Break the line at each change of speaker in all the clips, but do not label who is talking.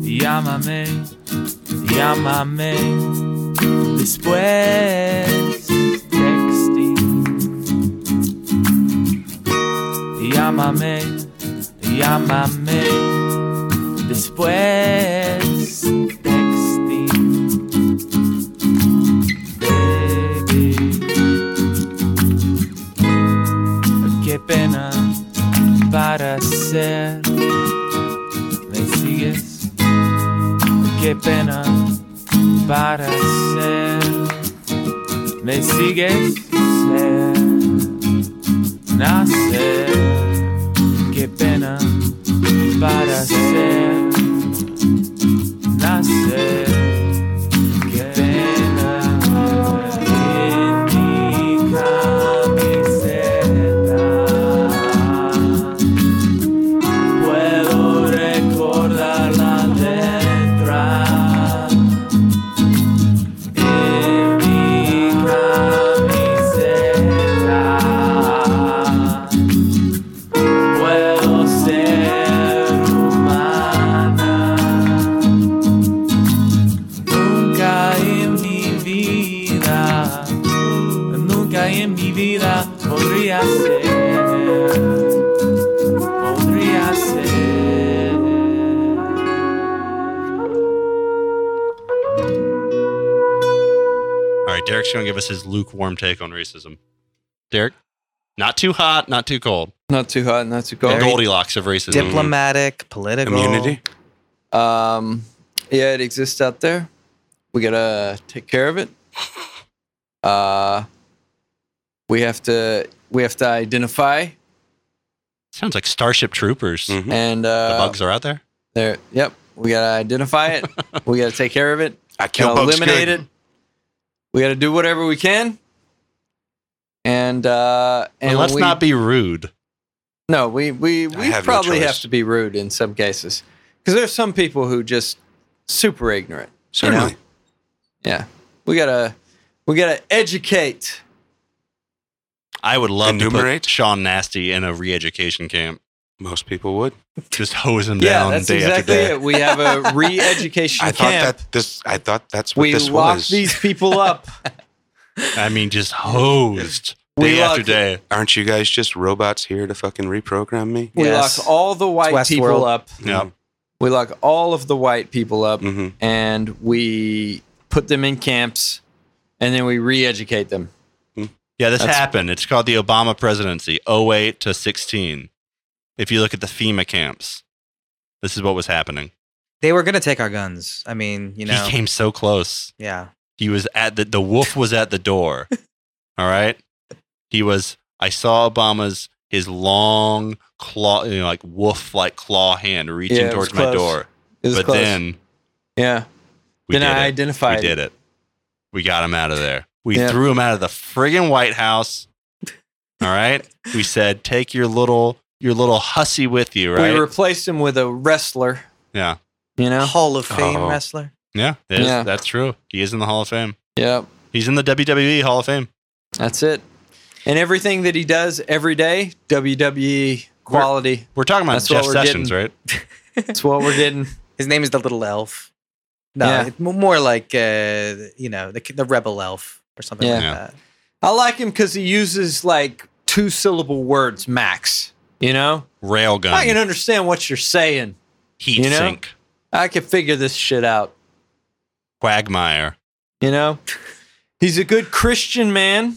Llámame, llámame después. Texting. Llámame, llámame después. Texting. Baby. Qué pena para ser. ¿Me sigues? Qué pena para ser. ¿Me sigues? Ser. Nacer. Qué pena para ser. Nacer. Qué pena en mi camiseta. Puedo recordar la letra en mi camiseta. Puedo ser humana. Nunca en mi vida, nunca en mi vida podría ser. Podría ser.
All right, Derek's going to give us his lukewarm take on racism. Derek, not too hot, not too cold.
Not too hot, not too
The
cold.
Goldilocks of racism.
Diplomatic, political.
Immunity.
Um, yeah, it exists out there. We gotta take care of it. Uh, we have to we have to identify
Sounds like Starship Troopers.
Mhm.
and
The
uh,
bugs are out there.
there. Yep, we gotta identify it. we gotta take care of it.
I kill
Gotta
bugs
eliminate
good.
it. We gotta do whatever we can. And uh, and
And let's
we,
not be rude.
No, we we
I
we
have no
probably
choice.
have to be rude in some cases because there's some people who just super ignorant.
Certainly.
Yeah, we gotta we gotta educate.
I would love to
Enumerate?
put Sean Nasty in a re-education camp.
Most people would.
Just hose him
Yeah,
down
that's
day after
exactly
day.
it. We have a re-education
I thought
camp.
that this. I thought that's what
we
this
lock
was.
these people up.
I mean, just hosed
We
day after
lock-
day.
Aren't you guys just robots here to fucking reprogram me?
We
Yes.
lock all the white
It's
people
Westworld.
up.
Yep.
We lock all of the white people
Mm.
up,
Mm-hmm.
and we put them in camps, and then we re-educate them.
Yeah, this
That's-
happened. It's called the Obama presidency, 08 to 16. If you look at the FEMA camps, this is what was happening.
They were gonna take our guns. I mean, you know,
He came so close.
yeah.
He was at the the wolf was at the door. All right. He was I saw Obama's his long claw you know, like wolf like claw hand reaching
Yeah, it was
towards my
close.
door.
It was
But
close.
then
yeah,
we
then
did
I
it.
identified.
We did it. We got him out of there. We
Yeah.
threw him out of the friggin' White House. All right. we said, take your little your little hussy with you, right?
We replaced him with a wrestler.
yeah.
You know.
Hall of Fame
Oh.
wrestler.
Yeah, it is.
Yeah.
That's true. He is in the Hall of Fame.
Yep.
He's in the WWE Hall of Fame.
That's it. And everything that he does every day, WWE quality.
We're talking about
That's what
Jeff
we're
Sessions,
getting.
right?
That's what we're getting.
His name is the Little Elf. No,
Yeah.
it's mo- more like uh, you know the the Rebel Elf or something like
Yeah.
that.
I like him because he uses like two syllable words max. You know,
Railgun.
I can understand what you're saying.
heat
you know?
sink.
I can figure this shit out.
Quagmire.
You know, he's a good Christian man,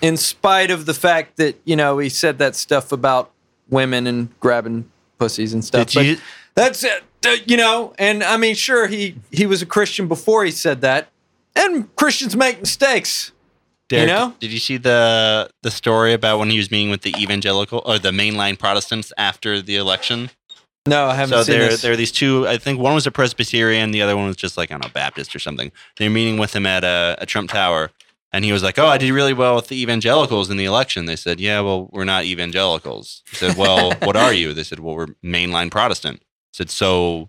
in spite of the fact that you know he said that stuff about women and grabbing pussies and stuff.
Did
but
you
That's it. Uh, You know, and I mean, sure, he he was a Christian before he said that, and Christians make mistakes.
Derek,
know?
Did you see the the story about when he was meeting with the evangelical or the mainline Protestants after the election?
No, I haven't
So
seen
there,
this.
there are these two. I think one was a Presbyterian, the other one was just like I don't know, Baptist or something. They're meeting with him at a, a Trump Tower, and he was like, "Oh, I did really well with the evangelicals in the election." They said, "Yeah, well, we're not evangelicals." He said, "Well, what are you?" They said, "Well, we're mainline Protestant." I said, "So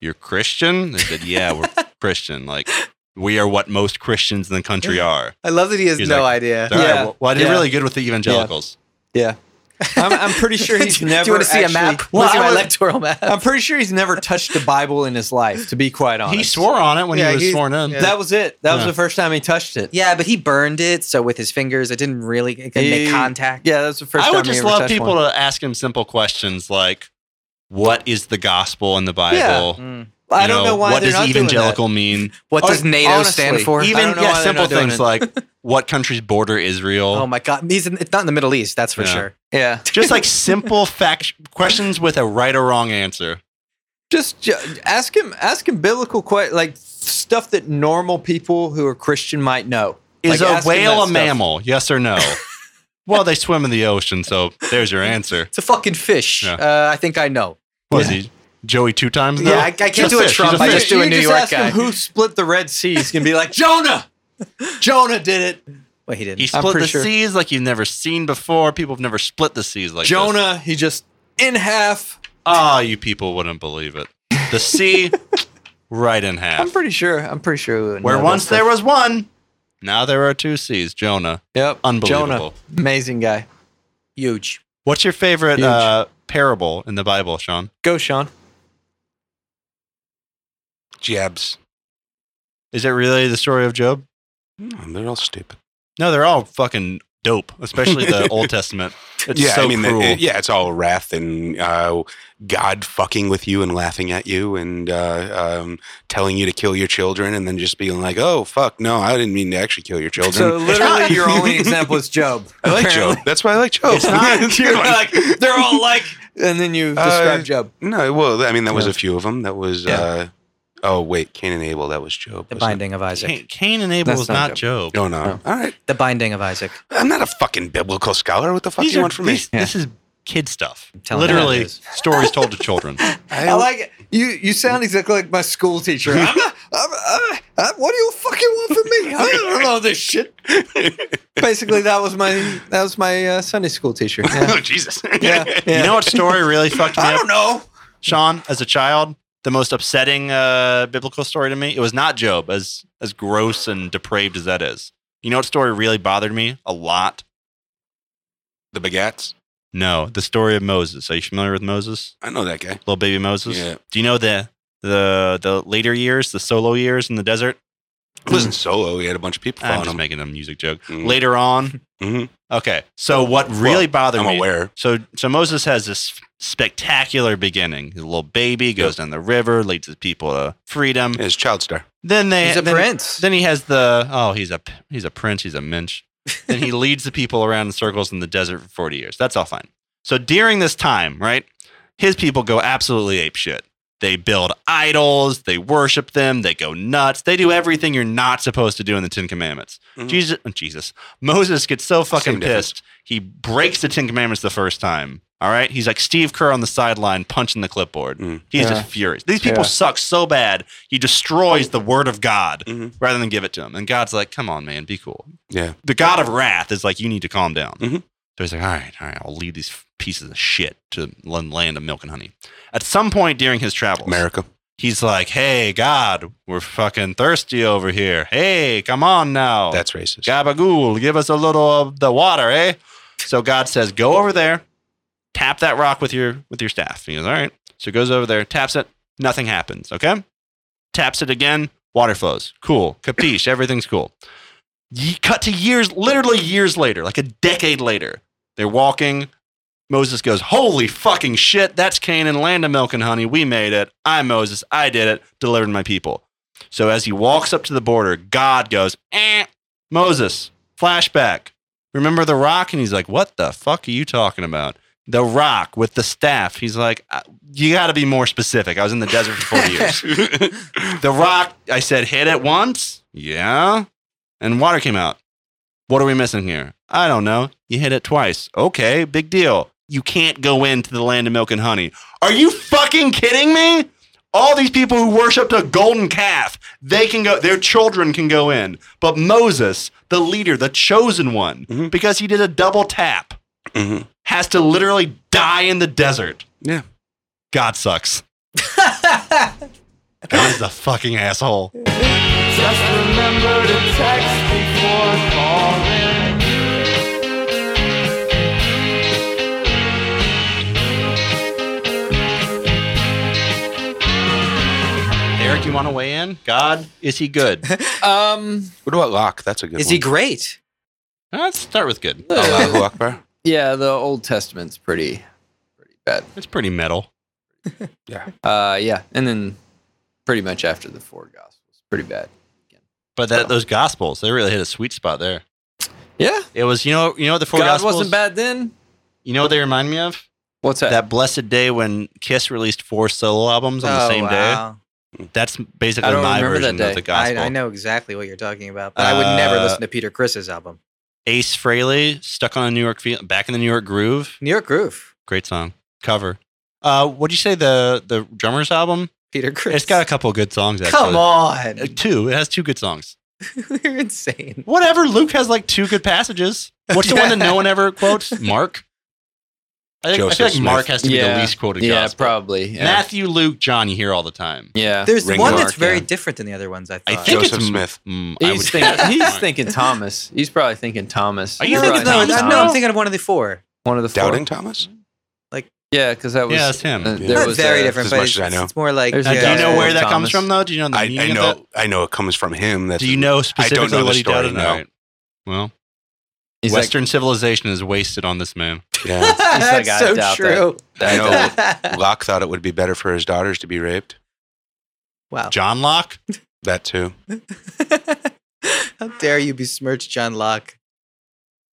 you're Christian?" They said, "Yeah, we're Christian. Like we are what most Christians in the country are."
I love that he has
He's
no
like-
idea.
All right,
Yeah.
well, well, I did
Yeah.
really good with the evangelicals.
Yeah. I'm, I'm pretty sure he's
do,
never.
Do you want to see
actually-
a map?
Well,
Well, see
I
my
was-
electoral map.
I'm pretty sure he's never touched the Bible in his life. To be quite honest,
He swore on it when
Yeah,
he was
he-
sworn in.
yeah.
That was it. That was
Yeah.
the first time he touched it.
yeah, but he burned it, so with his fingers, it didn't really it couldn't
He-
make contact.
Yeah, that's the first.
I
time
would
he
just
ever
love
touched
people
one.
to ask him simple questions like, "What is the gospel in the Bible?"
Yeah.
Mm.
I
You
don't know, why
What
they're
does
not
evangelical mean?
What
Or-
does NATO stand
honestly,
for?
I
Even
don't know
yeah,
why they're
simple
not doing
things
it.
like what countries border Israel.
Oh my God, he's in, it's not in the Middle East, that's for
Yeah.
sure.
Doing that. Yeah,
Just like simple fact questions with a right or wrong answer.
just ju- ask him. Ask him biblical questions, like stuff that normal people who are Christian might know.
Is
Like,
a
ask him that
whale a
stuff.
mammal? Yes or no? well, they swim in the ocean, so there's your answer.
It's a fucking fish.
Yeah.
Uh, I think I know.
Was he Joey two times?
Yeah,
though?
I- I can't
He's
do a
fish.
Trump.
He's
I
fish.
just do a New York
ask Him
guy.
who split the Red Sea? He's gonna be like Jonah. Jonah did it.
Wait, he didn't.
He
I'm
split
pretty
the
sure.
seas like you've never seen before. People have never split the seas like this.
Jonah. He just in half.
Ah, you people wouldn't believe it. The sea, right in
I'm
half.
pretty sure. I'm pretty sure. we would
Where
know
once
that
there was one, now there are two seas. Jonah,
stuff. Yep.
unbelievable.
Jonah, amazing guy.
Huge.
What's your favorite
Huge.
uh, parable in the Bible, Sean?
Go, Sean.
Mm.
Jabs.
Is it really the story of Job?
Mm, they're all stupid.
No, they're all fucking dope, especially the Old Testament. It's
yeah,
so
I mean,
cruel.
it- yeah, it's all wrath and uh, God fucking with you and laughing at you and uh, um, telling you to kill your children and then just being like, "Oh fuck, no, I didn't mean to actually kill your children."
So literally, your only example is Job.
I like Job. That's why I like Job.
It's not-
It's a
You're
good one.
like they're all like, and then you describe
Uh,
Job.
no, well, I mean, that was
Yeah.
a few of them. That was. Uh, oh wait, Cain and Abel. That was Job. wasn't
The
it?
binding of Isaac.
Cain, Cain and Abel
That's
was
not
not Job.
No, no.
No.
All right.
The binding of Isaac.
I'm not a fucking biblical scholar. What the fuck do
These
you
are-
want from me?
these- This is kid stuff.
telling you how it
Literally,
is.
stories told to children.
I, like it. You you sound exactly like my school teacher. I'm not, I'm, i I- what do you fucking want from me? I don't know this shit.
Oh,
Basically, that was my that was my uh, Sunday school teacher. Yeah.
oh Jesus.
Yeah, yeah.
You know what story really fucked me
I
up?
don't know.
Sean, as a child, the most upsetting uh, biblical story to me, it was not Job, as as gross and depraved as that is. You know what story really bothered me a lot?
The Bagats.
No, the story of Moses. Are you familiar with Moses?
I know that guy.
Little baby Moses.
Yeah.
Do you know the the the later years, the solo years in the desert? Ah,
It wasn't solo. He had a bunch of people
I'm
following
just
him.
making a music joke.
Mm.
Later on,
Mhm.
okay. So what really bothered
I'm
me?
aware.
So so Moses has this spectacular beginning. He's a little baby goes down the river, leads his people to freedom.
It's Child Star.
Then they
He's a
then,
prince.
Then he has the oh he's a p- he's a prince he's a minch. then he leads the people around in circles in the desert for forty years. That's all fine. So during this time, right, his people go absolutely ape shit. They build idols, they worship them, they go nuts, they do everything you're not supposed to do in the Ten Commandments.
Mhm.
Jesus, oh, Jesus, Moses gets so fucking
Same difference.
pissed. He breaks the Ten Commandments the first time. All right, he's like Steve Kerr on the sideline punching the clipboard.
Mm.
He's
Yeah.
just furious. These people
Yeah.
suck so bad. He destroys
Oh.
the word of God
Mhm.
rather than give it to him. And God's like, "Come on, man, be cool."
Yeah.
The God of wrath is like, "You need to calm down."
Mhm.
So he's like, "All right, all right, I'll lead these pieces of shit to the land of milk and honey." At some point during his travels,
America.
he's like, "Hey, God, we're fucking thirsty over here. Hey, come on now."
That's racist.
Gabagool, give us a little of the water, eh? So God says, go over there, tap that rock with your with your staff. He goes, all right. So he goes over there, taps it, nothing happens. Okay, taps it again, water flows. Cool, capiche, everything's cool. Ye- cut to years, literally years later, like a decade later. They're walking. Moses goes, holy fucking shit, that's Canaan, land of milk and honey. We made it. I'm Moses. I did it. Delivered my people. So as he walks up to the border, God goes, eh, Moses, flashback. Remember the rock? And he's like, What the fuck are you talking about? The rock with the staff. He's like, "I- You got to be more specific. I was in the desert for 40 years. the rock, I said, hit it once. Yeah. And water came out. What are we missing here? I don't know. You hit it twice. Okay, big deal. You can't go into the land of milk and honey. Are you fucking kidding me? All these people who worshiped a golden calf, they can go, their children can go in. But Moses, the leader, the chosen one,
Mhm.
because he did a double tap,
Mhm.
has to literally die in the desert.
Yeah.
God sucks. God is a fucking asshole.
Just remember to text before calling.
do you want to weigh in? God, is he good?
Um,
What about Locke? That's a good
Is
one.
he great?
Uh, Let's start with good. Oh,
Allahu Akbar.
yeah, the Old Testament's pretty, pretty bad.
It's pretty metal.
Uh, yeah, and then pretty much after the four Gospels, pretty bad.
But that those gospels, they really hit a sweet spot there.
Yeah,
It was you know you know what the four
God
gospels
wasn't bad then.
You know what they remind me of?
What's that?
That blessed day when Kiss released four solo albums on the same
Oh,
day. That's basically
Oh, I don't
my
remember that
version
day.
of the
I,
gospel.
I know exactly what you're talking about, but I would never
Uh,
listen to Peter Chris's album.
Ace Frehley, stuck on a New York feel, back in the New York groove.
New York Groove.
Great song cover. Uh, what'd you say the the drummer's album?
Peter Chris.
It's got a couple good songs. Actually.
Come on.
Uh, two. It has two good songs.
You're insane.
Whatever. Luke has like two good passages. What's the one that no one ever quotes? Mark. I, think, I
Joseph
feel like
Smith.
Mark has to be
Yeah.
the least quoted.
yeah,
gospel.
probably. Yeah.
Matthew, Luke, John. You hear all the time.
Yeah.
There's
Ringo
one
Mark,
that's very
yeah.
different than the other ones. I
I
thought.
think
Joseph
it's
Smith.
Mm, I would-
He's, thinking, he's
Mark.
thinking Thomas. He's probably thinking Thomas.
Are you
You're
thinking
no,
right.
Thomas?
no,
No.
I'm thinking of one of the four.
One of the four.
Doubting Thomas?
Yeah, because that was
Yeah, it's him.
uh,
Yeah.
there
Not
was
very
a-
different,
As
but
much
it's,
as I know.
it's more like. uh,
There's
Now,
a
do you
guy
know
named
where that comes
Thomas.
from, though? Do you know the
I,
meaning
I
of
know
that?
I know it comes from him. That's
Do you know specifically
the
what he
story,
doubted?
no.
All right. Well,
He's like,
Western civilization is wasted on this man.
Yeah.
that's
He's like, I
so
doubt that.
true.
I know
wow.
Locke thought it would be better for his daughters to be raped.
John Locke.
That too.
How dare you besmirch John Locke?